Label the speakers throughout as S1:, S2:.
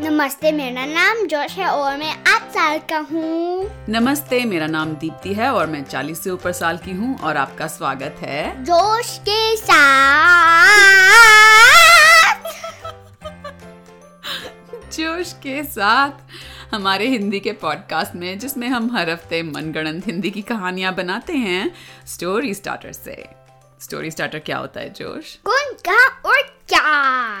S1: नमस्ते मेरा नाम जोश है और मैं आठ साल का हूँ
S2: नमस्ते मेरा नाम दीप्ति है और मैं 40 से ऊपर साल की हूँ और आपका स्वागत है
S1: जोश के साथ
S2: जोश के साथ हमारे हिंदी के पॉडकास्ट में जिसमें हम हर हफ्ते मनगढ़ंत हिंदी की कहानियां बनाते हैं स्टोरी स्टार्टर से स्टोरी स्टार्टर क्या होता है जोश
S1: कौन कहा और क्या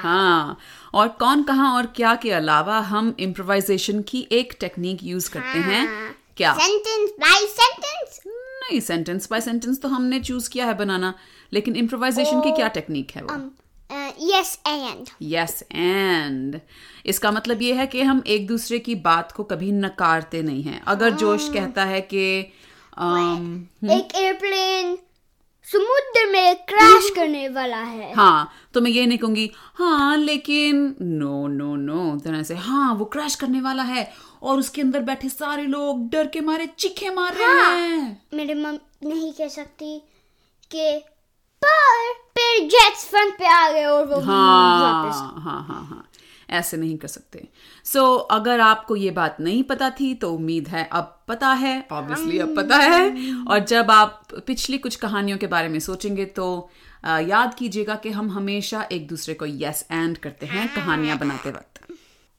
S2: हाँ और कौन कहाँ और क्या के अलावा हम इम्प्रोवाइजेशन की एक टेक्निक यूज करते हैं
S1: हाँ।
S2: क्या
S1: सेंटेंस बाय सेंटेंस
S2: नहीं सेंटेंस बाय सेंटेंस तो हमने चूज किया है बनाना लेकिन इम्प्रोवाइजेशन की क्या टेक्निक है वो
S1: यस एंड
S2: यस एंड इसका मतलब ये है कि हम एक दूसरे की बात को कभी नकारते नहीं हैं अगर जोश कहता है कि um, अम,
S1: एक एयरप्लेन समुद्र में क्रैश करने वाला है
S2: हाँ तो मैं ये नहीं कहूंगी हाँ लेकिन नो नो नो तरह से हाँ वो क्रैश करने वाला है और उसके अंदर बैठे सारे लोग डर के मारे चीखे मार रहे हैं
S1: मेरे मम नहीं कह सकती कि पर फिर जेट्स फ्रंट पे आ गए और वो वापस
S2: हाँ हाँ हाँ हाँ ऐसे नहीं कर सकते सो so, अगर आपको ये बात नहीं पता थी तो उम्मीद है अब पता है ऑब्वियसली अब पता है और जब आप पिछली कुछ कहानियों के बारे में सोचेंगे तो अ, याद कीजिएगा कि हम हमेशा एक दूसरे को यस एंड करते हैं कहानियां बनाते वक्त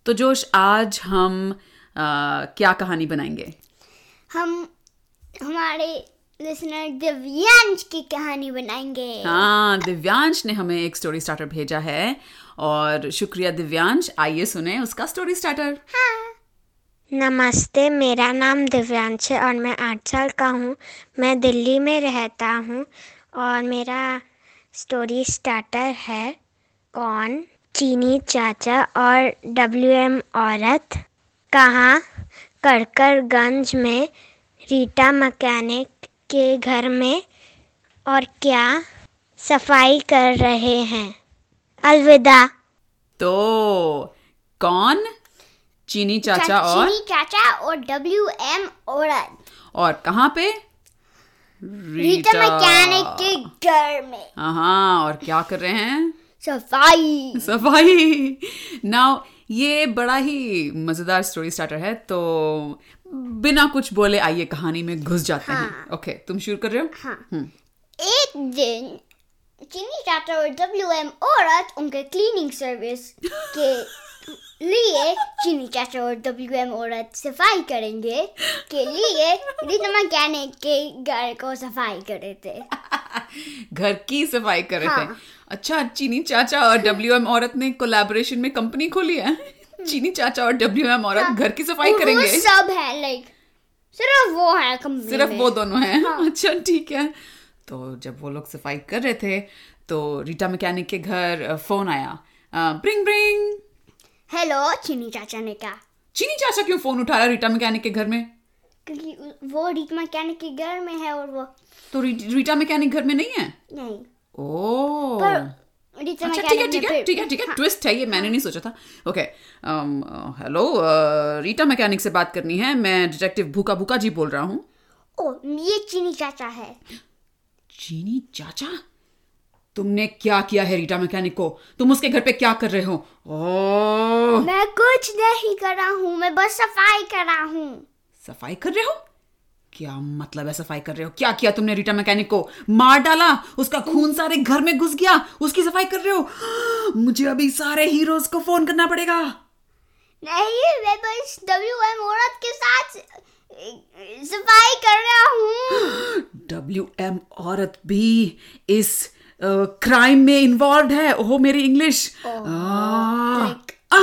S2: तो जोश आज हम अ, क्या कहानी बनाएंगे
S1: हम हमारे लिसनर दिव्यांश की कहानी बनाएंगे
S2: हाँ दिव्यांश ने हमें एक स्टोरी स्टार्टर भेजा है और शुक्रिया दिव्यांश आइए सुने उसका स्टोरी स्टार्टर
S3: नमस्ते मेरा नाम दिव्यांश है और मैं आठ साल का हूँ मैं दिल्ली में रहता हूँ और मेरा स्टोरी स्टार्टर है कौन चीनी चाचा और डब्ल्यू एम औरत कहाँ कड़कड़गंज में रीटा मकैनिक के घर में और क्या सफाई कर रहे हैं अलविदा
S2: तो कौन चीनी चाचा अच्छा, और
S1: चीनी चाचा और डब्ल्यू एम औरत
S2: और कहाँ पे
S1: रीटा मैकेनिक के घर में
S2: हाँ और क्या कर रहे हैं
S1: सफाई
S2: सफाई नाउ ये बड़ा ही मजेदार स्टोरी स्टार्टर है तो बिना कुछ बोले आइए कहानी में घुस जाते हैं ओके तुम शुरू कर रहे हो
S1: हाँ एक दिन चीनी चाचा और डब्ल्यू एम औरत उनके क्लीनिंग सर्विस के लिए चीनी चाचा और डब्ल्यू एम औरत सफाई करेंगे के लिए रीटा मैकेनिक के घर को सफाई कर रहे थे
S2: घर की सफाई कर रहे थे
S1: हाँ।
S2: अच्छा चीनी चाचा और डब्ल्यू एम औरत ने कोलैबोरेशन में कंपनी खोली है चीनी चाचा और डब्ल्यू एम औरत घर की सफाई
S1: हम्म। हाँ। वो
S2: करेंगे
S1: सब है लाइक सिर्फ वो है कंपनी
S2: सिर्फ
S1: में।
S2: वो दोनों हैं अच्छा ठीक है तो जब वो लोग सफाई कर रहे थे तो रीटा मैकेनिक के घर अ, फोन आया ब्रिंग ब्रिंग
S1: हेलो चीनी चाचा ने कहा
S2: चीनी चाचा क्यों फोन उठा रहा है रीटा मैकेनिक के घर में
S1: क्योंकि उ- वो रीट मैकेनिक के घर में है और वो
S2: तो री- रीटा मैकेनिक घर में नहीं है
S1: नहीं
S2: ओ
S1: पर रीट
S2: अच्छा ठीक है
S1: मैकेनिक
S2: ठीक है ठीक है ठीक
S1: हाँ।
S2: है ट्विस्ट है ये मैंने नहीं सोचा था um, uh, okay hello Rita mechanic uh, से बात करनी है मैं डिटेक्टिव भूखा भूखा जी बोल रहा हूँ
S1: ओ ये चीनी चाचा है
S2: चीनी चाचा तुमने क्या किया है रीटा मैकेनिक को तुम उसके घर पे क्या कर रहे हो ओह
S1: मैं कुछ नहीं कर रहा हूँ मैं बस सफाई कर रहा हूँ
S2: सफाई कर रहे हो क्या मतलब है सफाई कर रहे हो क्या किया तुमने रीटा मैकेनिक को मार डाला उसका खून सारे घर में घुस गया उसकी सफाई कर रहे हो मुझे अभी सारे हीरोज को फोन करना पड़ेगा
S1: नहीं मैं बस डब्ल्यू एम औरत के साथ अ, सफाई कर रहा हूँ
S2: डब्ल्यू एम औरत भी इस क्राइम में इन्वॉल्व है ओह मेरी इंग्लिश
S1: क्लिक।
S2: आ,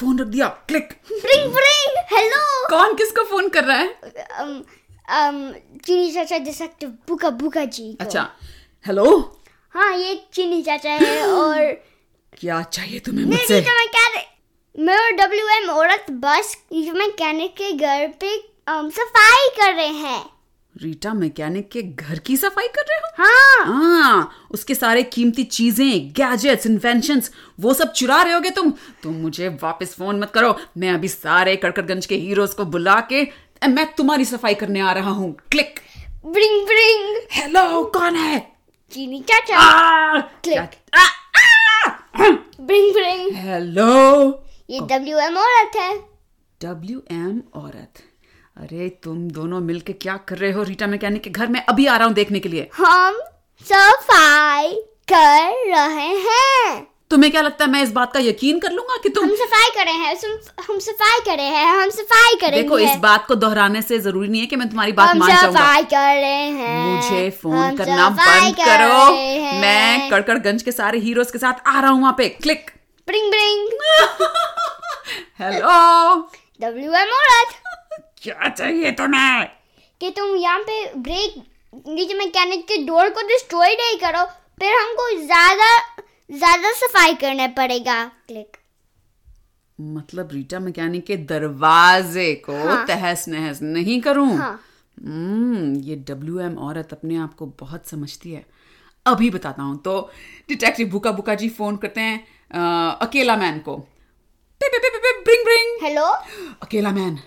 S2: फोन रख दिया क्लिक
S1: ब्रिंग ब्रिंग हेलो
S2: कौन किसको फोन कर रहा है
S1: अम अम चीनी चाचा डिटेक्टिव बुका बुका जी को।
S2: अच्छा हेलो
S1: हाँ ये चीनी चाचा है और
S2: क्या चाहिए तुम्हें
S1: मैं
S2: मुझसे
S1: रीटा मैकेनिक मैं और डब्ल्यू एम औरत बस रीटा मैकेनिक के घर पे अम, सफाई कर रहे हैं
S2: रीटा मैकेनिक के घर की सफाई कर रहे हो
S1: हाँ
S2: हाँ उसके सारे कीमती चीजें गैजेट्स इन्वेंशंस वो सब चुरा रहे होगे तुम तुम मुझे वापस फोन मत करो मैं अभी सारे कड़कड़गंज के हीरोज को बुला के मैं तुम्हारी सफाई करने आ रहा हूँ क्लिक
S1: ब्रिंग ब्रिंग
S2: हेलो कौन है
S1: चीनी चाचा
S2: आ,
S1: Click. ब्रिंग ब्रिंग
S2: हेलो
S1: ये डब्ल्यू एम औरत है
S2: डब्ल्यू एम औरत अरे तुम दोनों मिलके क्या कर रहे हो रीटा मैकेनिक के घर में अभी आ रहा हूँ देखने के लिए
S1: हम सफाई कर रहे हैं
S2: तुम्हें क्या लगता है मैं इस बात का यकीन कर लूंगा कि तुम
S1: हम सफाई कर रहे हैं सम- हम सफाई कर रहे हैं हम सफाई करेंगे
S2: देखो इस बात को दोहराने से जरूरी नहीं है कि मैं तुम्हारी बात
S1: हम
S2: मान जाऊंगा
S1: सफाई कर रहे हैं
S2: मुझे फोन
S1: हम
S2: करना
S1: सफाई
S2: बंद
S1: कर
S2: करो
S1: रहे हैं।
S2: मैं कड़कड़गंज के सारे हीरोज के साथ आ रहा हूँ वहाँ पे click
S1: bring bring
S2: hello
S1: W M औरत
S2: क्या चाहिए तुम्हें
S1: कि तुम यहाँ पे ब्रेक नीचे मैकेनिक के डोर को डिस्ट्रॉय नहीं करो फिर हमको ज्यादा ज्यादा सफाई करना पड़ेगा क्लिक
S2: मतलब रीटा मैकेनिक के दरवाजे को
S1: हाँ।
S2: तहस नहस नहीं करूं
S1: हाँ।
S2: हम्म ये डब्ल्यू एम औरत अपने आप को बहुत समझती है अभी बताता हूं तो डिटेक्टिव भूका भूका जी फोन करते हैं अ, अकेला मैन को पिप, पिप, पिप, पिप, ब्रिंग ब्रिंग
S1: हेलो
S2: अकेला मैन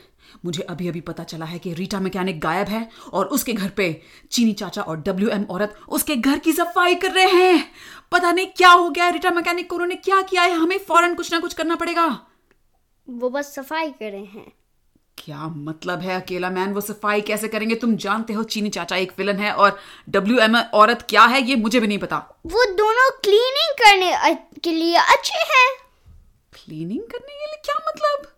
S2: मुझे अभी अभी पता चला है कि रीटा मैकेनिक गायब है और उसके घर पे चीनी चाचा और डब्ल्यू एम औरत उसके घर की सफाई कर रहे हैं पता नहीं क्या हो गया है रीटा मैकेनिक को उन्होंने क्या किया है हमें फौरन कुछ ना कुछ करना पड़ेगा
S1: वो बस सफाई कर रहे हैं
S2: क्या मतलब है अकेला मैन वो सफाई कैसे करेंगे तुम जानते हो चीनी चाचा एक विलन है और डब्ल्यू एम औरत क्या है ये मुझे भी नहीं पता
S1: वो दोनों क्लीनिंग करने अ- के लिए अच्छे हैं
S2: क्लीनिंग करने के लिए क्या मतलब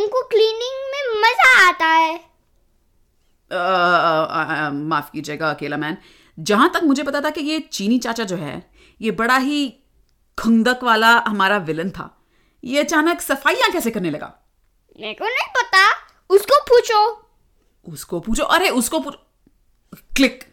S1: उनको क्लीनिंग में मजा आता है
S2: अ, अ, अ, माफ कीजिएगा अकेला मैन जहां तक मुझे पता था कि ये चीनी चाचा जो है ये बड़ा ही खुंदक वाला हमारा विलन था ये अचानक सफाइयां कैसे करने लगा
S1: मेरे को नहीं पता उसको पूछो
S2: उसको पूछो अरे उसको पूछ क्लिक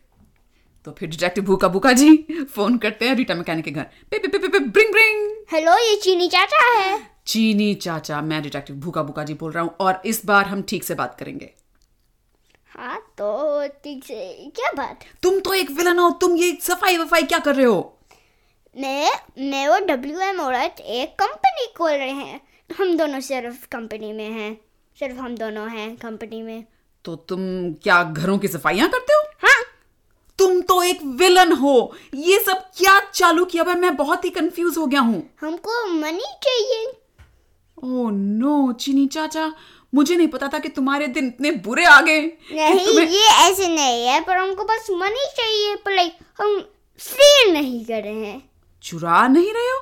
S2: तो फिर डिटेक्टिव भूखा भूखा जी फोन करते हैं रीटा मैकेनिक के घर पे पे पे पे, पे ब्रिंग ब्रिंग
S1: हेलो ये चीनी चाचा है
S2: चीनी चाचा मैं डिटेक्टिव भूखा भूखा जी बोल रहा हूँ और इस बार हम ठीक से बात करेंगे
S1: हाँ तो ठीक से क्या बात
S2: तुम तो एक विलन हो तुम ये सफाई वफाई क्या कर रहे हो
S1: मैं मैं और डब्ल्यू एम औरत एक कंपनी खोल रहे हैं हम दोनों सिर्फ कंपनी में हैं सिर्फ हम दोनों हैं कंपनी में
S2: तो तुम क्या घरों की सफाइयां करते हो
S1: हाँ
S2: तुम तो एक विलन हो ये सब क्या चालू किया हुआ है? मैं बहुत ही कंफ्यूज हो गया हूँ
S1: हमको मनी चाहिए
S2: ओ नो चीनी चाचा मुझे नहीं पता था कि तुम्हारे दिन इतने बुरे आ गए कि
S1: नहीं
S2: तुम्हें-
S1: ये ऐसे नहीं है पर हमको बस मनी चाहिए पर लाइक हम सेल नहीं कर रहे हैं
S2: चुरा नहीं रहे हो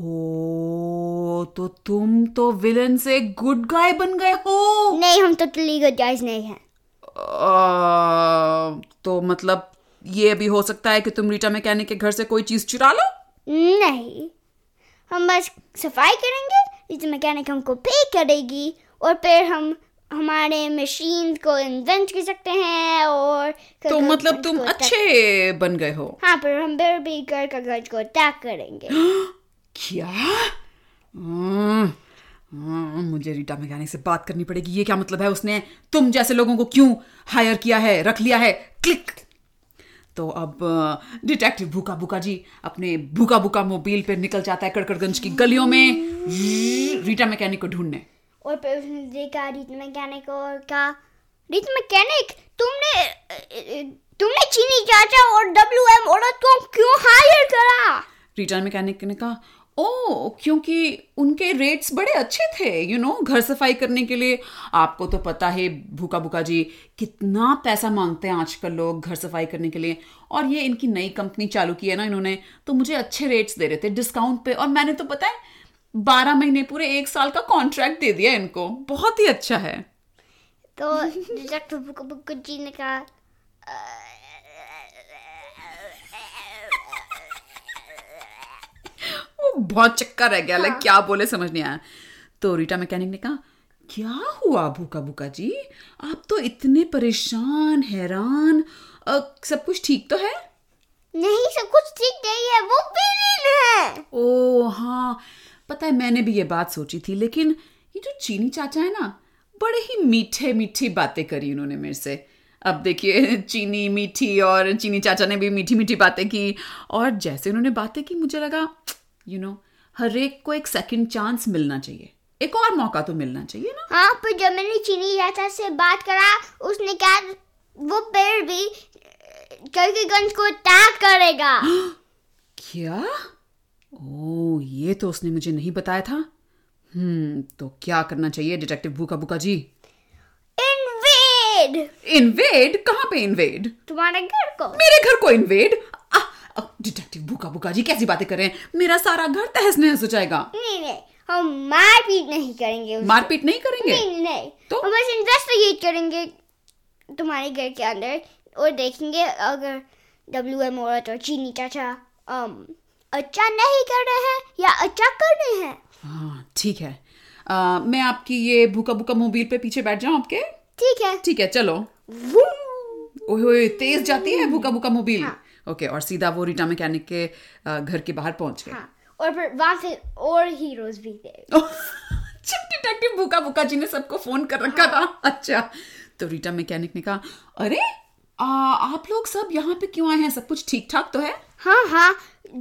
S2: ओ तो तुम तो विलन से गुड गाय बन गए हो
S1: नहीं हम तो लीगल जायज नहीं है
S2: अ, तो मतलब ये भी हो सकता है कि तुम रीटा मैकेनिक के घर से कोई चीज चुरा लो
S1: नहीं हम बस सफाई करेंगे इस मैकेनिक हमको पे करेगी और फिर हम हमारे मशीन को इन्वेंट कर सकते हैं और
S2: तो
S1: कागज
S2: मतलब तुम
S1: को attack-
S2: अच्छे बन गए हो
S1: हाँ पर हम फिर भी कर कागज को अटैक करेंगे
S2: क्या हम्म, हम्म, मुझे रीटा मैकेनिक से बात करनी पड़ेगी ये क्या मतलब है उसने तुम जैसे लोगों को क्यों हायर किया है रख लिया है क्लिक तो अब अ, डिटेक्टिव भूखा भूखा जी अपने भूखा भूखा मोबाइल पर निकल जाता है कड़कड़गंज की गलियों में रीटा मैकेनिक को ढूंढने
S1: और फिर उसने देखा रित मैकेनिक और कहा रित मैकेनिक तुमने तुमने चीनी चाचा और डब्ल्यू एम औरत को क्यों हायर करा
S2: रीटा मैकेनिक ने कहा ओ क्योंकि उनके रेट्स बड़े अच्छे थे यू you नो know, घर सफाई करने के लिए आपको तो पता है भूखा भूखा जी कितना पैसा मांगते हैं आजकल लोग घर सफाई करने के लिए और ये इनकी नई कंपनी चालू की है ना इन्होंने तो मुझे अच्छे रेट्स दे रहे थे डिस्काउंट पे और मैंने तो पता है बारह महीने पूरे एक साल का कॉन्ट्रैक्ट दे दिया इनको बहुत ही अच्छा है
S1: तो डिटेक्टिव बुक बुक जी ने कहा
S2: वो बहुत चक्का रह गया लाइक क्या बोले समझ नहीं आया तो रीटा मैकेनिक ने कहा क्या हुआ भूखा भूखा जी आप तो इतने परेशान हैरान अ, सब कुछ ठीक तो है
S1: नहीं सब कुछ ठीक नहीं है वो विलेन है
S2: ओ हाँ पता है मैंने भी ये बात सोची थी लेकिन ये जो चीनी चाचा है ना बड़े ही मीठे मीठी बातें करी उन्होंने मेरे से अब देखिए चीनी मीठी और चीनी चाचा ने भी मीठी मीठी बातें की और जैसे उन्होंने बातें की मुझे लगा यू नो हर एक को एक सेकंड चांस मिलना चाहिए एक और मौका तो मिलना चाहिए ना
S1: हाँ पर जब मैंने चीनी चाचा से बात करा उसने कहा वो पेड़ भी करके गंज को अटैक करेगा
S2: क्या ओ ये तो उसने मुझे नहीं बताया था हम्म तो क्या करना चाहिए डिटेक्टिव भूखा भूखा जी
S1: इनवेड
S2: इन्वेड कहाँ पे इन्वेड
S1: तुम्हारे घर को
S2: मेरे घर को इन्वेड डिटेक्टिव भूखा भूखा जी कैसी बातें कर रहे हैं मेरा सारा घर तहस नहस हो जाएगा
S1: नहीं नहीं हम मारपीट नहीं करेंगे उसको।
S2: मारपीट नहीं करेंगे
S1: नहीं नहीं
S2: तो?
S1: हम बस इन्वेस्टिगेट करेंगे तुम्हारे घर के अंदर और देखेंगे अगर डब्ल्यू एम औरत और चीनी चाचा अम, अच्छा नहीं कर रहे हैं या अच्छा कर रहे हैं
S2: हाँ ठीक है अ, मैं आपकी ये भूखा भूखा मोबाइल पे पीछे बैठ जाऊं आपके
S1: ठीक है
S2: ठीक है चलो
S1: वूम।
S2: ओए ओए तेज जाती है भूखा भूखा मोबाइल ओके और सीधा वो रीटा मैकेनिक के अ, घर के बाहर पहुंच गए
S1: हाँ और फिर वहाँ से और हीरोज भी थे
S2: जब डिटेक्टिव अच्छा, भूखा भूखा जी ने सबको फोन कर रखा था अच्छा तो रीटा मैकेनिक ने कहा अरे आ, आप लोग सब यहाँ पे क्यों आए हैं सब कुछ ठीक ठाक तो है
S1: हाँ हाँ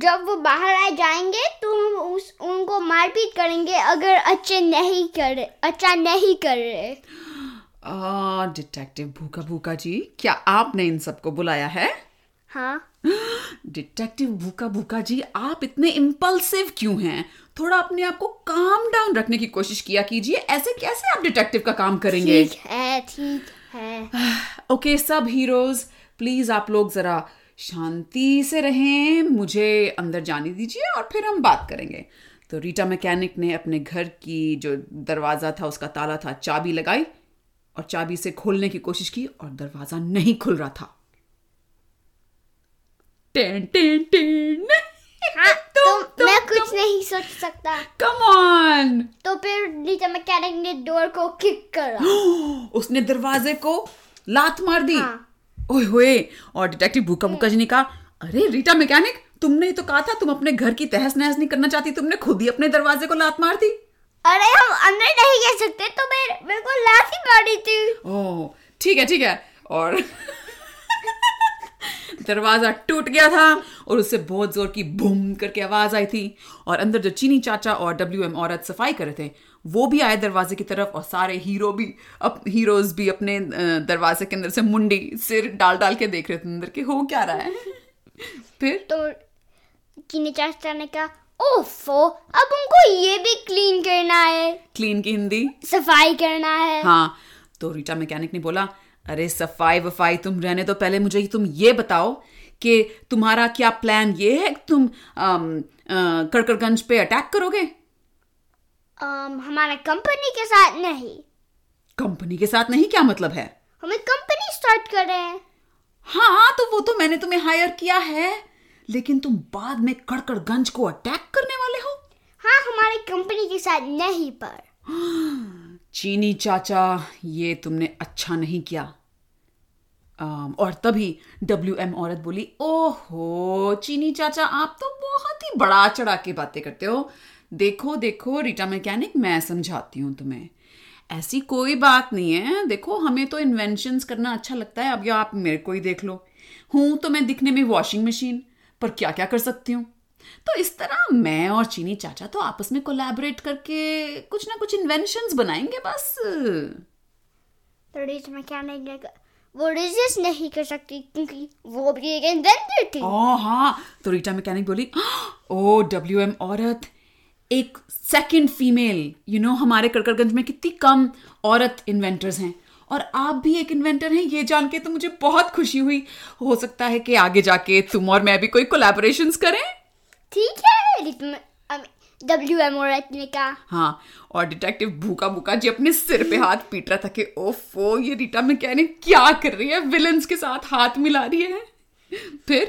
S1: जब वो बाहर आ जाएंगे तो हम उस उनको मारपीट करेंगे अगर अच्छे नहीं कर अच्छा नहीं कर रहे
S2: आ, डिटेक्टिव भूखा भूखा जी क्या आपने इन सबको बुलाया है
S1: हाँ
S2: डिटेक्टिव भूखा भूखा जी आप इतने इम्पल्सिव क्यों हैं थोड़ा अपने आप को काम डाउन रखने की कोशिश किया कीजिए ऐसे कैसे आप डिटेक्टिव का काम करेंगे
S1: ठीक है ठीक है
S2: ओके सब हीरोज प्लीज आप लोग जरा शांति से रहें मुझे अंदर जाने दीजिए और फिर हम बात करेंगे तो रीटा मैकेनिक ने अपने घर की जो दरवाज़ा था उसका ताला था चाबी लगाई और चाबी से खोलने की कोशिश की और दरवाज़ा नहीं खुल रहा था टेन टेन टेन
S1: तो मैं कुछ नहीं सोच सकता
S2: कम ऑन
S1: तो फिर नीचे मैकेनिक ने डोर को किक करा
S2: उसने दरवाजे को लात मार दी
S1: हाँ।
S2: ओए होए और डिटेक्टिव भूखा मुखा जी ने कहा अरे रीटा मैकेनिक तुमने ही तो कहा था तुम अपने घर की तहस नहस नहीं करना चाहती तुमने खुद ही अपने दरवाजे को लात मार दी
S1: अरे हम अंदर नहीं जा सकते तो मेरे मेरे को लाठी मारी थी
S2: ओह ठीक है ठीक है और दरवाजा टूट गया था और उससे बहुत जोर की बूम करके आवाज आई थी और अंदर जो चीनी चाचा और डब्ल्यू एम औरत सफाई कर रहे थे वो भी आए दरवाजे की तरफ और सारे हीरो भी अप, हीरोज भी अपने अ, दरवाजे के अंदर से मुंडी सिर डाल डाल के देख रहे थे अंदर के हो क्या रहा है फिर
S1: तो चीनी चाचा ने कहा ओफो अब हमको ये भी क्लीन करना है
S2: क्लीन की हिंदी
S1: सफाई करना है
S2: हाँ तो रीटा मैकेनिक ने बोला अरे सफाई वफाई तुम रहने तो पहले मुझे तुम ये बताओ कि तुम्हारा क्या प्लान ये है कि तुम अम, अ, कड़कड़गंज पे अटैक करोगे
S1: अम, Um, हमारा कंपनी के साथ नहीं
S2: कंपनी के साथ नहीं क्या मतलब है
S1: हमें कंपनी स्टार्ट कर रहे हैं
S2: हाँ तो वो तो मैंने तुम्हें हायर किया है लेकिन तुम बाद में कड़कड़गंज को अटैक करने वाले हो
S1: हाँ हमारे कंपनी के साथ नहीं पर
S2: चीनी चाचा ये तुमने अच्छा नहीं किया अम, और तभी डब्ल्यू एम औरत बोली ओहो चीनी चाचा आप तो बहुत ही बड़ा चढ़ा के बातें करते हो देखो देखो रीटा मैकेनिक मैं समझाती हूँ तुम्हें ऐसी कोई बात नहीं है देखो हमें तो इन्वेंशंस करना अच्छा लगता है अब या आप मेरे को ही देख लो हूँ तो मैं दिखने में वॉशिंग मशीन पर क्या क्या कर सकती हूँ तो इस तरह मैं और चीनी चाचा तो आपस में कोलैबोरेट करके कुछ ना कुछ इन्वेंशंस बनाएंगे बस
S1: तो रीच मैकेनिक ने कहा, वो रेजिस्ट नहीं कर सकती क्योंकि वो भी एक इन्वेंटर थी
S2: ओ हाँ तो रीटा मैकेनिक बोली ओ डब्ल्यू एम औरत एक सेकंड फीमेल यू नो हमारे कड़कड़गंज में कितनी कम औरत इन्वेंटर्स हैं और आप भी एक इन्वेंटर हैं ये जान के तो मुझे बहुत खुशी हुई हो सकता है कि आगे जाके तुम और मैं भी कोई कोलैबोरेशंस करें
S1: ठीक है डब्ल्यू एम औरत ने कहा
S2: हाँ और डिटेक्टिव भूखा भूखा जी अपने सिर पे हाथ पीट रहा था कि ओफो ये रीटा मैकेनिक क्या कर रही है विलन्स के साथ हाथ मिला रही है फिर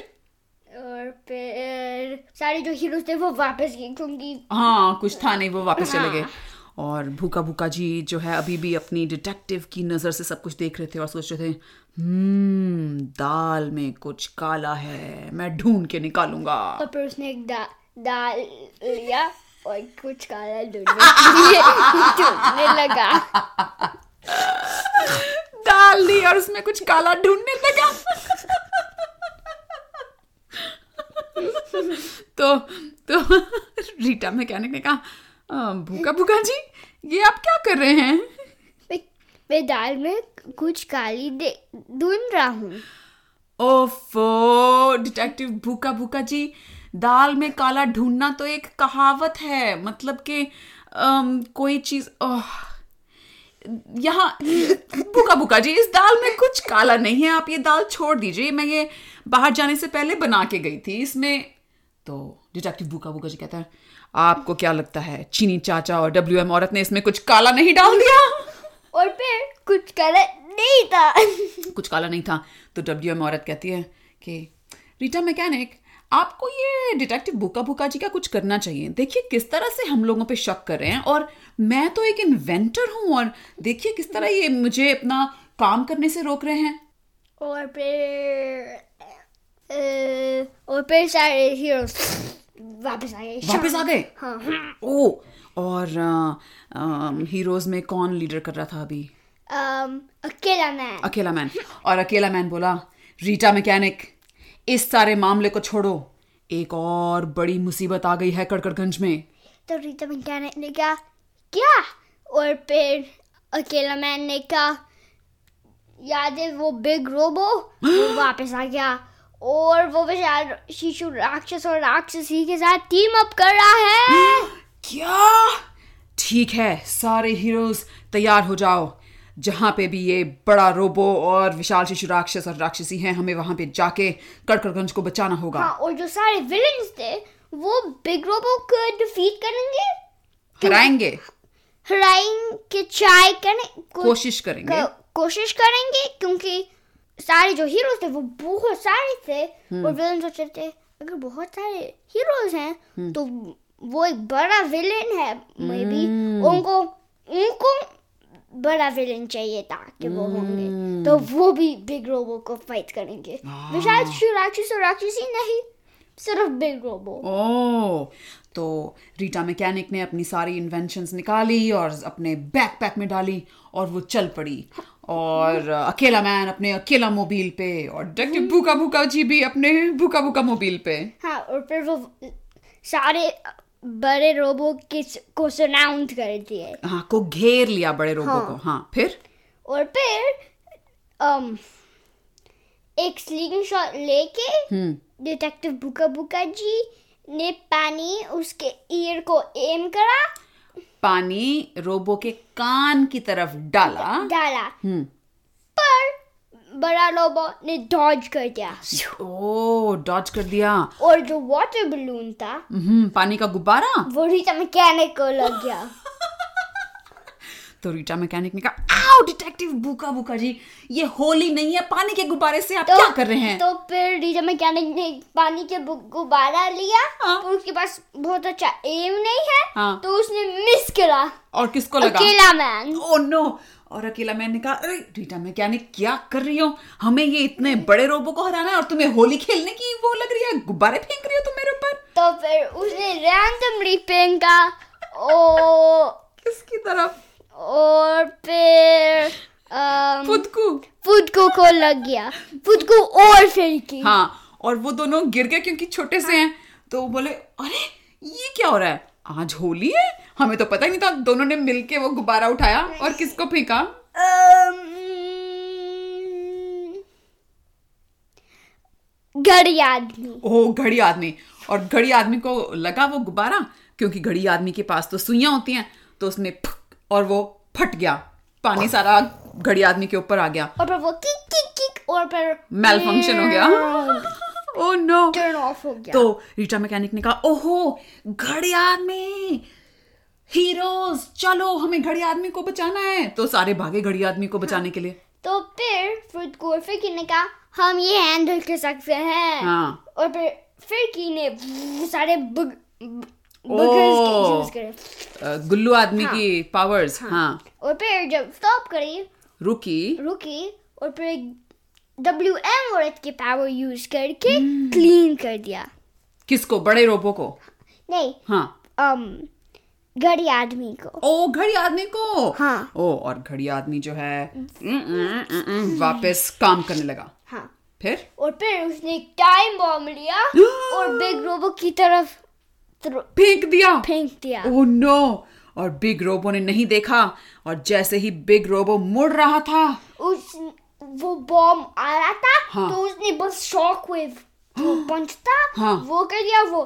S1: और फिर सारे जो हीरो थे वो वापस गए क्योंकि
S2: हाँ कुछ था नहीं वो वापस चले
S1: हाँ।
S2: गए और भूखा भूखा जी जो है अभी भी अपनी डिटेक्टिव की नज़र से सब कुछ देख रहे थे और सोच रहे थे हम्म दाल में कुछ काला है मैं ढूंढ के निकालूंगा
S1: और फिर उसने एक दा, दाल लिया और कुछ काला ढूंढने के लिए ढूंढने लगा
S2: दाल ली और उसमें कुछ काला ढूंढने लगा तो तो रीटा मैकेनिक ने कहा "अ, भूखा भूखा जी ये आप क्या कर रहे हैं
S1: मैं, मैं दाल में कुछ काली दे- ढूंढ रहा हूँ
S2: ओफो डिटेक्टिव भूखा भूखा जी दाल में काला ढूंढना तो एक कहावत है मतलब कि अम, कोई चीज ओह, यहाँ भूखा भूखा जी इस दाल में कुछ काला नहीं है आप ये दाल छोड़ दीजिए मैं ये बाहर जाने से पहले बना के गई थी इसमें तो डिटेक्टिव भूखा भूखा जी कहता है आपको क्या लगता है चीनी चाचा और डब्ल्यू एम औरत ने इसमें कुछ काला नहीं डाल दिया
S1: और फिर कुछ गलत नहीं था
S2: कुछ काला नहीं था तो डब्ल्यू एम औरत कहती है कि रीटा मैकेनिक आपको ये डिटेक्टिव बुका बुका जी का कुछ करना चाहिए देखिए किस तरह से हम लोगों पे शक कर रहे हैं और मैं तो एक इन्वेंटर हूँ और देखिए किस तरह ये मुझे अपना काम करने से रोक रहे हैं
S1: और फिर अ, और फिर सारे हीरोज वापस आ गए
S2: वापस आ गए
S1: हाँ
S2: ओ और हीरोज में कौन लीडर कर रहा था अभी
S1: अम, Um, अकेला मैं
S2: अकेला मैन और अकेला मैन बोला रीटा मैकेनिक इस सारे मामले को छोड़ो एक और बड़ी मुसीबत आ गई है कड़कड़गंज में
S1: तो रीता मैकेनिक ने कहा क्या और फिर अकेला मैन ने कहा याद है वो बिग रोबो वो वापस आ गया और वो बेचारा शिशु राक्षस और राक्षसी के साथ टीम अप कर रहा है
S2: क्या ठीक है सारे हीरोज तैयार हो जाओ जहां पे भी ये बड़ा रोबो और विशाल शिशु राक्षस और राक्षसी हैं हमें वहां पे जाके कड़कड़गंज को बचाना होगा
S1: हाँ, और जो सारे विलन्स थे वो बिग रोबो को डिफीट करेंगे
S2: हराएंगे
S1: हाँ। हराइंग के ट्राई करने को-
S2: कोशिश करेंगे
S1: को- कोशिश करेंगे क्योंकि सारे जो हीरोज थे वो बहुत सारे थे और विलन सोच रहे थे अगर बहुत सारे हीरोज हैं तो वो एक बड़ा विलेन है मे बी उनको उनको बड़ा विलेन चाहिए था कि वो होंगे तो वो भी बिग रोबो को फाइट करेंगे विशाल शिशु राक्षस और राक्षसी नहीं सिर्फ बिग रोबो
S2: ओ तो रीटा मैकेनिक ने अपनी सारी इन्वेंशंस निकाली और अपने बैकपैक में डाली और वो चल पड़ी और अ, अकेला मैन अपने अकेला मोबाइल पे और डिटेक्टिव
S1: हम्म।
S2: भूखा भूखा जी भी अपने भूखा भूखा मोबाइल पे
S1: हाँ और फिर वो सारे बड़े रोबो किस को सनाउंड करती है
S2: हाँ को घेर लिया बड़े रोबो
S1: हाँ।
S2: को हाँ फिर
S1: और फिर अम, एक स्लिंग शॉट लेके
S2: हम्म
S1: डिटेक्टिव बुका बुका जी ने पानी उसके ईयर को एम करा
S2: पानी रोबो के कान की तरफ डाला
S1: डाला
S2: हम्म
S1: पर बड़ा लोबो ने डॉज कर दिया
S2: ओ डॉच कर दिया
S1: और जो वाटर बलून था
S2: हम्म पानी का गुब्बारा
S1: वो रीटा मैकेनिक को लग गया
S2: तो रीटा मैकेनिक ने कहा आओ डिटेक्टिव बुका बुका जी ये होली नहीं है पानी के गुब्बारे से आप
S1: तो-
S2: क्या कर रहे हैं
S1: तो फिर रीटा मैकेनिक ने पानी के बु- गुब्बारा लिया
S2: हाँ।
S1: पर उसके पास बहुत अच्छा एम नहीं है
S2: हाँ।
S1: तो उसने मिस करा
S2: और किसको लगा
S1: अकेला मैन
S2: ओ नो और अकेला मैन ने कहा अरे रीटा मैकेनिक क्या कर रही हो हमें ये इतने बड़े रोबो को हराना है और तुम्हें होली खेलने की वो लग रही है गुब्बारे फेंक रही हो तुम मेरे ऊपर
S1: तो फिर उसने रैंडमली फेंका ओ
S2: किसकी तरफ
S1: और फिर अम,
S2: खुद को
S1: फुदको को लग गया फुदको और फेंकी
S2: हाँ और वो दोनों गिर गए क्योंकि छोटे से हैं तो वो बोले अरे ये क्या हो रहा है आज होली है हमें तो पता ही नहीं था दोनों ने मिलके वो गुब्बारा उठाया और किसको फेंका Um,
S1: अम, घड़ी आदमी
S2: ओह घड़ी आदमी और घड़ी आदमी को लगा वो गुब्बारा क्योंकि घड़ी आदमी के पास तो सुइयां होती हैं तो उसने फक और वो फट गया पानी सारा घड़ी आदमी के ऊपर आ गया
S1: और फिर वो किक किक किक और फिर
S2: Malfunction हो गया। ओह नो
S1: टर्न ऑफ हो गया
S2: तो रीटा मैकेनिक ने कहा ओहो घड़ी आदमी हीरोज चलो हमें घड़ी आदमी को बचाना है तो सारे भागे घड़ी आदमी को बचाने के लिए
S1: तो फिर फुदको और फिरकी ने कहा हम ये हैंडल कर सकते हैं
S2: हाँ
S1: और फिर फिरकी ने सारे बुग
S2: ओ।
S1: बुगर्स के यूज करे
S2: अ, गुल्लू आदमी
S1: हाँ।
S2: की पावर्स हाँ
S1: और फिर जब स्टॉप करी
S2: रुकी
S1: रुकी और फिर डब्ल्यू एम औरत के पावर यूज करके क्लीन कर दिया
S2: किसको बड़े रोबो को
S1: नहीं
S2: हाँ
S1: अम गड़ी आदमी को
S2: ओ घड़ी आदमी को
S1: हाँ।
S2: ओ और घड़ी आदमी जो है उम, उम, उम, उम, वापस काम करने लगा
S1: हाँ
S2: फिर
S1: और फिर उसने एक टाइम बॉम्ब लिया और बिग रोबो की तरफ थ्रो-
S2: फेंक दिया
S1: फेंक दिया
S2: ओह नो और बिग रोबो ने नहीं देखा और जैसे ही बिग रोबो मुड़ रहा था
S1: उस वो बॉम्ब आ रहा था
S2: हाँ।
S1: तो उसने बस शॉक वेव जो पंच था
S2: हाँ।
S1: वो कर दिया वो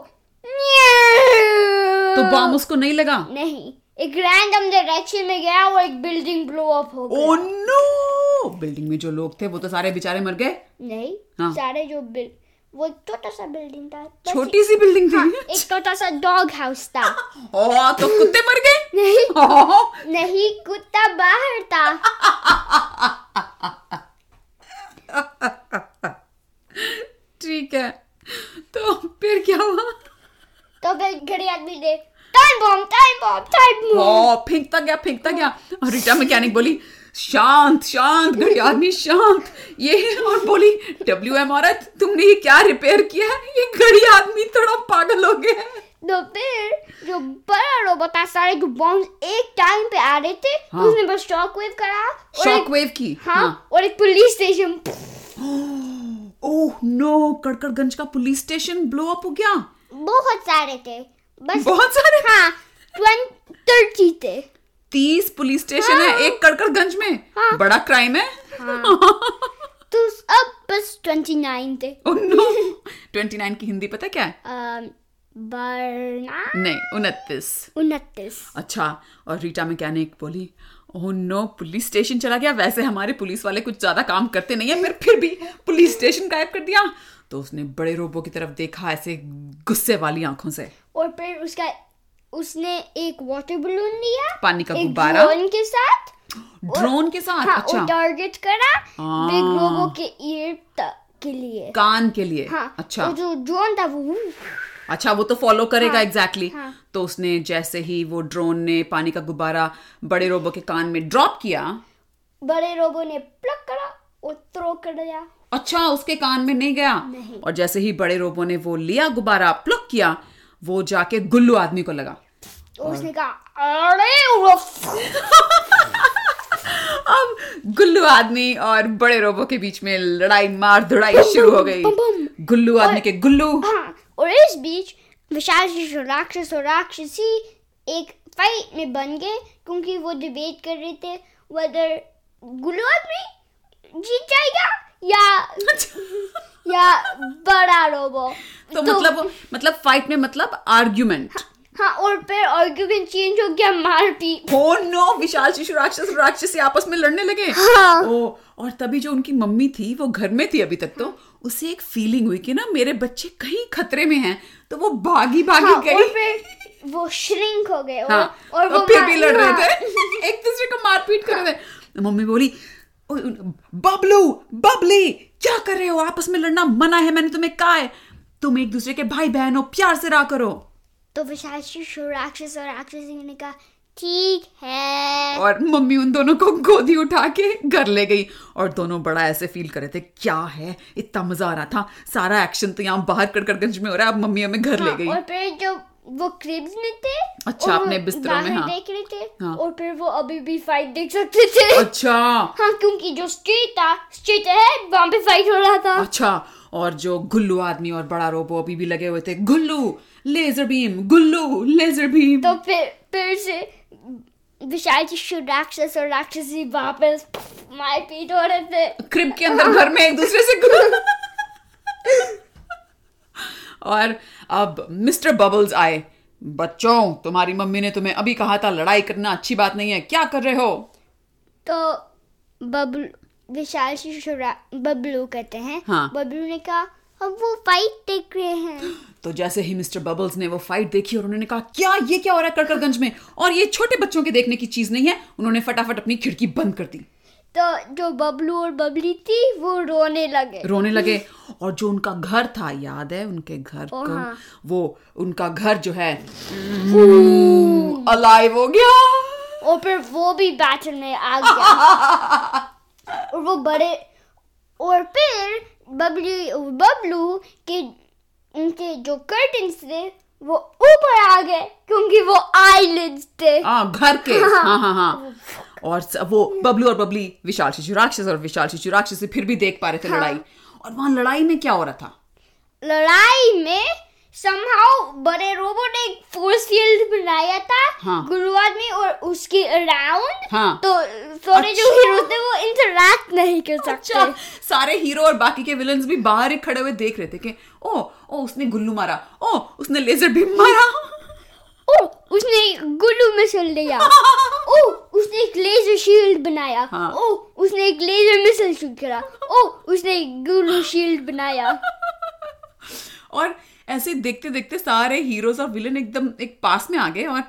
S2: तो बॉम्ब तो उसको नहीं लगा
S1: नहीं एक रैंडम डायरेक्शन में गया और एक बिल्डिंग ब्लो अप हो गई
S2: ओ नो बिल्डिंग Oh में जो लोग थे वो तो सारे बेचारे मर गए
S1: नहीं
S2: हाँ।
S1: सारे जो बिल वो एक छोटा सा बिल्डिंग था बस
S2: छोटी सी बिल्डिंग थी
S1: एक छोटा सा डॉग हाउस था
S2: ओ तो कुत्ते मर गए
S1: नहीं
S2: ओ,
S1: नहीं कुत्ता बाहर था
S2: ठीक है तो फिर क्या हुआ
S1: तो फिर घड़ी आदमी ने time bomb time bomb time bomb
S2: oh Oh, फेंकता गया फेंकता गया और रीटा मैकेनिक बोली शांत शांत घड़ी आदमी शांत ये और बोली डब्ल्यू एम औरत तुमने ये क्या रिपेयर किया है ये घड़ी आदमी थोड़ा पागल हो गया है
S1: तो फिर जो बड़ा रोबोट था सारे जो बॉम्ब एक टाइम पे आ रहे थे
S2: हाँ।
S1: तो उसने बस शॉक वेव करा और
S2: शॉक
S1: एक
S2: वेव की
S1: हाँ और एक police station
S2: oh no Oh Kadkadganj का पुलिस स्टेशन ब्लो अप हो गया
S1: बहुत सारे थे बस
S2: बहुत सारे
S1: हाँ ट्वेंटी थर्टी थे
S2: तीस पुलिस स्टेशन
S1: हाँ।
S2: है एक कड़कड़गंज में
S1: हाँ।
S2: बड़ा क्राइम है
S1: तो अब बस ट्वेंटी नाइन थे
S2: ओह नो 29 की हिंदी पता क्या है
S1: अम, बरना
S2: नहीं उनतीस
S1: उनतीस
S2: अच्छा और रीटा मैकेनिक बोली ओह नो पुलिस स्टेशन चला गया वैसे हमारे पुलिस वाले कुछ ज्यादा काम करते नहीं है फिर फिर भी पुलिस स्टेशन गायब कर दिया तो उसने बड़े रोबो की तरफ देखा ऐसे गुस्से वाली आंखों से
S1: और फिर उसका उसने एक वाटर बलून लिया
S2: पानी का
S1: एक
S2: गुब्बारा?
S1: ड्रोन के साथ
S2: ड्रोन के साथ
S1: हाँ और
S2: अच्छा
S1: टारगेट करा
S2: हाँ।
S1: बिग रोबो के ईयर के लिए
S2: कान के लिए
S1: हाँ
S2: अच्छा
S1: और जो ड्रोन था वो
S2: अच्छा वो तो फॉलो करेगा एग्जैक्टली exactly.
S1: हाँ।
S2: तो उसने जैसे ही वो ड्रोन ने पानी का गुब्बारा बड़े रोबो के कान में ड्रॉप किया
S1: बड़े रोबो ने प्लग करा और थ्रो कर दिया
S2: अच्छा उसके कान में नहीं गया
S1: नहीं।
S2: और जैसे ही बड़े रोबो ने वो लिया गुब्बारा प्लुक किया वो जाके गुल्लू आदमी को लगा
S1: और उसने कहा अरे वो
S2: अब गुल्लू आदमी और बड़े रोबो के बीच में लड़ाई मार धुड़ाई शुरू हो गई
S1: बम, बम।
S2: गुल्लू आदमी के गुल्लू
S1: हाँ और इस बीच विशाल शिशु राक्षस और राक्षसी एक फाइट में बन गए क्योंकि वो डिबेट कर रहे थे वेदर गुल्लू आदमी जीत जाएगा या या बड़ा रोबो
S2: तो मतलब वो- मतलब फाइट में मतलब आर्ग्यूमेंट
S1: हाँ और फिर आर्ग्यूमेंट चेंज हो गया मार पी
S2: हो नो Oh विशाल शिशु राक्षस और राक्षसी आपस में लड़ने लगे
S1: हाँ।
S2: ओ, और तभी जो उनकी मम्मी थी वो घर में थी अभी तक तो उसे एक फीलिंग हुई कि ना मेरे बच्चे कहीं खतरे में हैं तो वो भागी भागी
S1: हाँ, और
S2: गई
S1: फिर वो श्रिंक हो गए और,
S2: हाँ,
S1: और वो
S2: फिर
S1: मार-
S2: भी लड़ रहे
S1: हाँ,
S2: थे एक दूसरे को मारपीट कर रहे थे मम्मी बोली "ओ, बबलू बबली क्या कर रहे हो आपस में लड़ना मना है मैंने तुम्हें कहा है तुम एक दूसरे के भाई बहन हो प्यार से रहा करो
S1: तो विशाल शिशु राक्षस और राक्षसी ने कहा ठीक है
S2: और मम्मी उन दोनों को गोदी उठा के घर ले गई और दोनों बड़ा ऐसे फील कर रहे थे क्या है इतना मजा आ रहा था सारा एक्शन तो यहाँ बाहर कड़कड़गंज में हो रहा है अब मम्मी हमें घर ले
S1: हाँ,
S2: गई
S1: और फिर जो वो क्रिब्स में थे
S2: अच्छा,
S1: और वो
S2: अपने बिस्तरों में,
S1: बाहर
S2: हाँ।
S1: देख रहे थे
S2: हाँ।
S1: और फिर वो अभी भी फाइट देख सकते थे
S2: अच्छा
S1: हाँ क्योंकि जो स्ट्रीट था स्ट्रीट है वहाँ पे फाइट हो रहा था
S2: अच्छा और जो गुल्लू आदमी और बड़ा रोबो अभी भी लगे हुए थे Gullu laser beam Gullu laser beam
S1: तो फिर फिर से विशाल शिशु राक्षस और राक्षसी वापस मारपीट हो रहे थे
S2: क्रिब के अंदर घर में एक दूसरे से गुल्लू और अब मिस्टर बबल्स आए बच्चों तुम्हारी मम्मी ने तुम्हें अभी कहा था लड़ाई करना अच्छी बात नहीं है क्या कर रहे हो
S1: तो बबलू विशाल शिशु रा- बबलू कहते हैं
S2: हाँ।
S1: बबलू ने कहा अब वो फाइट देख रहे हैं
S2: तो जैसे ही मिस्टर बबल्स ने वो फाइट देखी और उन्होंने कहा क्या ये क्या हो रहा है कड़कड़गंज में और ये छोटे बच्चों के देखने की चीज नहीं है उन्होंने फटाफट अपनी खिड़की बंद कर दी
S1: तो जो बबलू और बबली थी वो रोने लगे
S2: रोने लगे और जो उनका घर था याद है उनके घर
S1: ओ,
S2: को
S1: हाँ।
S2: वो उनका घर जो है अलाइव हो गया
S1: और फिर वो भी बैटल में आ गया और वो बड़े और फिर बबलू बबलू के उनके जो कर्टन्स थे वो ऊपर आ गए क्योंकि वो आईलिड्स थे
S2: हाँ घर के हाँ हाँ हाँ और स- वो बबलू और बबली विशाल शिशु राक्षस और विशाल शिशु राक्षस से फिर भी देख पा रहे थे लड़ाई और वहां लड़ाई में क्या हो रहा था
S1: लड़ाई में समहाउ बड़े रोबो ने एक फोर्स फील्ड बनाया था
S2: हाँ।
S1: गुरु आदमी और उसके अराउंड
S2: हाँ।
S1: तो सारे जो
S2: अच्छा।
S1: हीरो थे वो इंटरैक्ट नहीं कर सकते
S2: अच्छा सारे हीरो और बाकी के विलन्स भी बाहर ही खड़े हुए देख रहे थे कि ओ ओ उसने गुल्लू मारा ओ उसने लेजर बीम मारा
S1: ओ उसने गुल्लू में सुन लिया ओ उसने एक लेजर शील्ड बनाया
S2: हाँ।
S1: ओ उसने एक लेजर मिसाइल शूट करा ओ उसने एक ग्लू शील्ड बनाया
S2: और ऐसे देखते देखते सारे हीरोज और विलन एकदम एक पास में आ गए और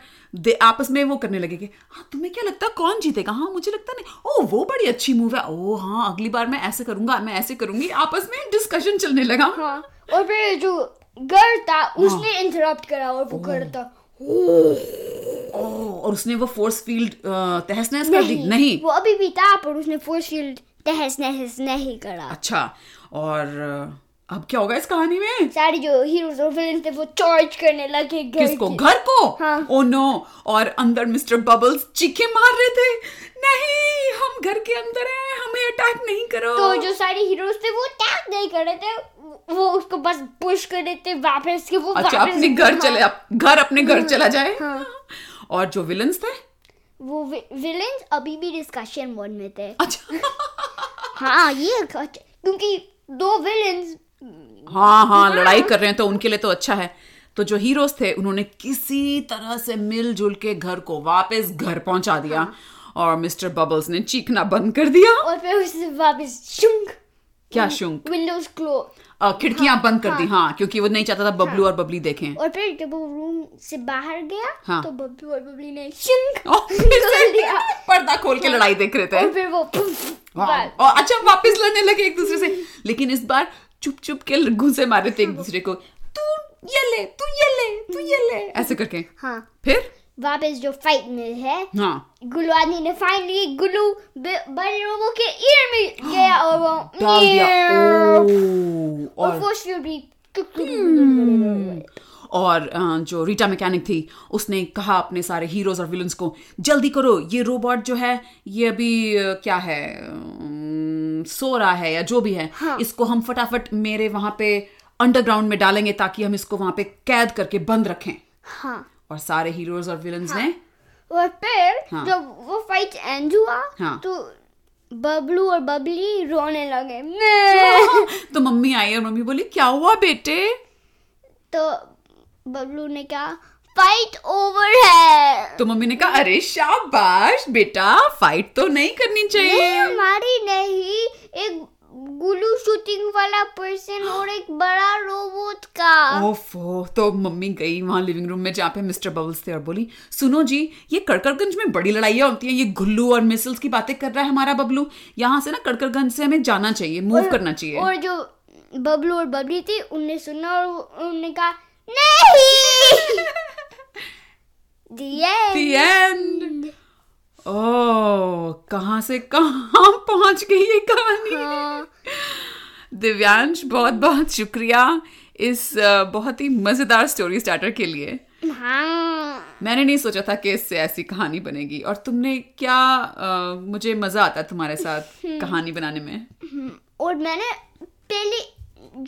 S2: दे- आपस में वो करने लगे कि हाँ तुम्हें क्या लगता है कौन जीतेगा हाँ मुझे लगता नहीं ओ वो बड़ी अच्छी मूव है ओ हाँ अगली बार मैं ऐसे करूंगा मैं ऐसे करूंगी आपस में डिस्कशन चलने लगा
S1: हाँ और फिर जो गर्ल था
S2: हाँ।
S1: उसने इंटरप्ट करा और वो करता
S2: ओ, और उसने वो फोर्स फील्ड तहस नहस कर दी नहीं
S1: वो अभी भी था पर उसने फोर्स फील्ड तहस नहस नहीं करा
S2: अच्छा और अ, अब क्या होगा इस कहानी में
S1: सारे जो हीरोज और villains थे वो चार्ज करने लगे घर
S2: किसको
S1: की-
S2: घर को
S1: हाँ।
S2: ओ नो और अंदर मिस्टर बबल्स चीखे मार रहे थे नहीं हम घर के अंदर हैं हमें अटैक नहीं करो
S1: तो जो सारे हीरोज थे वो अटैक नहीं कर रहे थे वो उसको बस पुश कर रहे थे वापस के वो
S2: अच्छा
S1: वापस
S2: अपने घर
S1: हाँ,
S2: चले अप, घर अपने घर चला जाए
S1: हाँ।
S2: और जो विलन्स थे
S1: वो विलेंस अभी भी डिस्कशन मोड में थे
S2: अच्छा
S1: हाँ ये अच्छा- क्योंकि दो विलेंस
S2: हाँ हाँ लड़ाई कर रहे हैं तो उनके लिए तो अच्छा है तो जो हीरोज थे उन्होंने किसी तरह से मिलजुल के घर को वापस घर पहुंचा दिया
S1: हाँ।
S2: और मिस्टर बबल्स ने चीखना बंद कर दिया
S1: और फिर उससे वापस शुंग हाँ।
S2: क्या शुंग
S1: विंडोज क्लोज
S2: अ, खिड़कियां बंद कर दी हाँ क्योंकि वो नहीं चाहता था बबलू और बबली देखें
S1: और फिर जब वो रूम से बाहर गया
S2: हाँ।
S1: तो बब्बू और बबली ने शुंग
S2: और फिर
S1: कर
S2: से
S1: दिया
S2: पर्दा खोल के लड़ाई देख रहे थे
S1: और फिर वो पुफ,
S2: वाह।
S1: बाहर।
S2: और अच्छा वापस लड़ने लगे एक दूसरे से लेकिन इस बार चुप चुप के घुसे मारे थे एक दूसरे को तू ये ले तू ये ले तू ये ले ऐसे करके
S1: हाँ
S2: फिर
S1: वापस जो फाइट में है
S2: हाँ
S1: गुल्लू आदमी ने फाइनली गुल्लू ब- बड़े लोगों के ईयर में गया और वो
S2: डाल दिया ओ,
S1: और
S2: और हम्म।
S1: वो भी
S2: और अ, जो रीटा मैकेनिक थी उसने कहा अपने सारे हीरोज और विलन्स को जल्दी करो ये रोबोट जो है ये अभी अ, क्या है अम, सो रहा है या जो भी है
S1: हाँ।
S2: इसको हम फटाफट मेरे वहां पे अंडरग्राउंड में डालेंगे ताकि हम इसको वहां पे कैद करके बंद रखें
S1: हाँ
S2: और सारे हीरोज और विलन्स ने
S1: और फिर
S2: हाँ।
S1: जब वो फाइट एंड हुआ
S2: हाँ।
S1: तो बबलू और बबली रोने लगे मैं
S2: तो मम्मी आई और मम्मी बोली क्या हुआ बेटे
S1: तो बबलू ने कहा फाइट ओवर है
S2: तो मम्मी ने कहा अरे शाबाश बेटा फाइट तो नहीं करनी
S1: नहीं
S2: चाहिए
S1: हमारी नहीं एक गुल्लू शूटिंग वाला पर्सन और एक बड़ा रोबोट का
S2: ओफो तो मम्मी गई वहां लिविंग रूम में जहाँ पे मिस्टर बबल्स थे और बोली सुनो जी ये कड़कड़गंज में बड़ी लड़ाइयाँ होती हैं ये घुल्लू और मिसल्स की बातें कर रहा है हमारा बबलू यहाँ से ना कड़कड़गंज से हमें जाना चाहिए मूव करना चाहिए
S1: और जो बबलू और बबली थी उनने सुना और उन्होंने कहा नहीं दिए
S2: The end. ओह कहाँ से कहाँ पहुंच गई ये कहानी
S1: हाँ।
S2: दिव्यांश बहुत बहुत शुक्रिया इस अ, बहुत ही मजेदार स्टोरी स्टार्टर के लिए
S1: हाँ
S2: मैंने नहीं सोचा था कि इससे ऐसी कहानी बनेगी और तुमने क्या अ, मुझे मजा आता है तुम्हारे साथ
S1: हम्म।
S2: कहानी बनाने में
S1: और मैंने पहले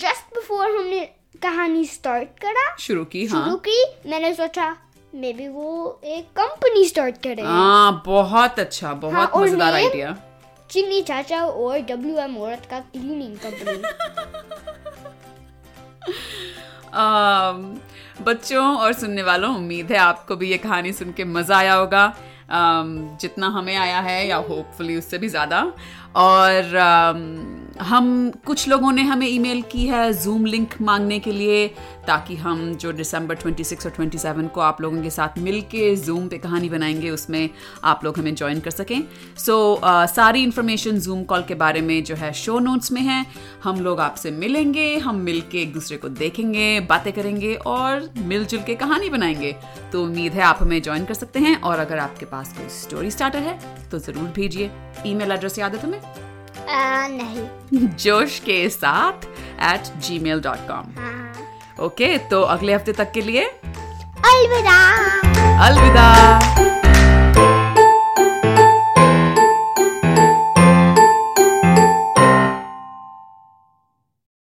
S1: जस्ट बिफोर हमने कहानी स्टार्ट करा
S2: शुरू की
S1: शुरू
S2: हाँ
S1: की मैंने सोचा मे बी वो एक कंपनी स्टार्ट करे
S2: हाँ बहुत अच्छा बहुत
S1: हाँ, और
S2: मजेदार
S1: name?
S2: आइडिया
S1: चिनी चाचा और डब्ल्यू एम औरत का क्लीनिंग कंपनी
S2: अम्म, Um, बच्चों और सुनने वालों उम्मीद है आपको भी ये कहानी सुन के मज़ा आया होगा अम्म, जितना हमें आया है या होपफुली उससे भी ज़्यादा और अम्म, हम कुछ लोगों ने हमें ईमेल की है जूम लिंक मांगने के लिए ताकि हम जो दिसंबर 26 और 27 को आप लोगों के साथ मिलके जूम पे कहानी बनाएंगे उसमें आप लोग हमें ज्वाइन कर सकें सो सारी इन्फॉर्मेशन जूम कॉल के बारे में जो है शो नोट्स में है हम लोग आपसे मिलेंगे हम मिलके एक दूसरे को देखेंगे बातें करेंगे और मिलजुल के कहानी बनाएंगे तो उम्मीद है आप हमें ज्वाइन कर सकते हैं और अगर आपके पास कोई स्टोरी स्टार्टर है तो ज़रूर भेजिए ईमेल एड्रेस याद है तुम्हें
S1: आ, नहीं
S2: जोश के साथ at Gmail dot com
S1: हाँ
S2: ओके तो अगले हफ्ते तक के लिए
S1: अलविदा
S2: अलविदा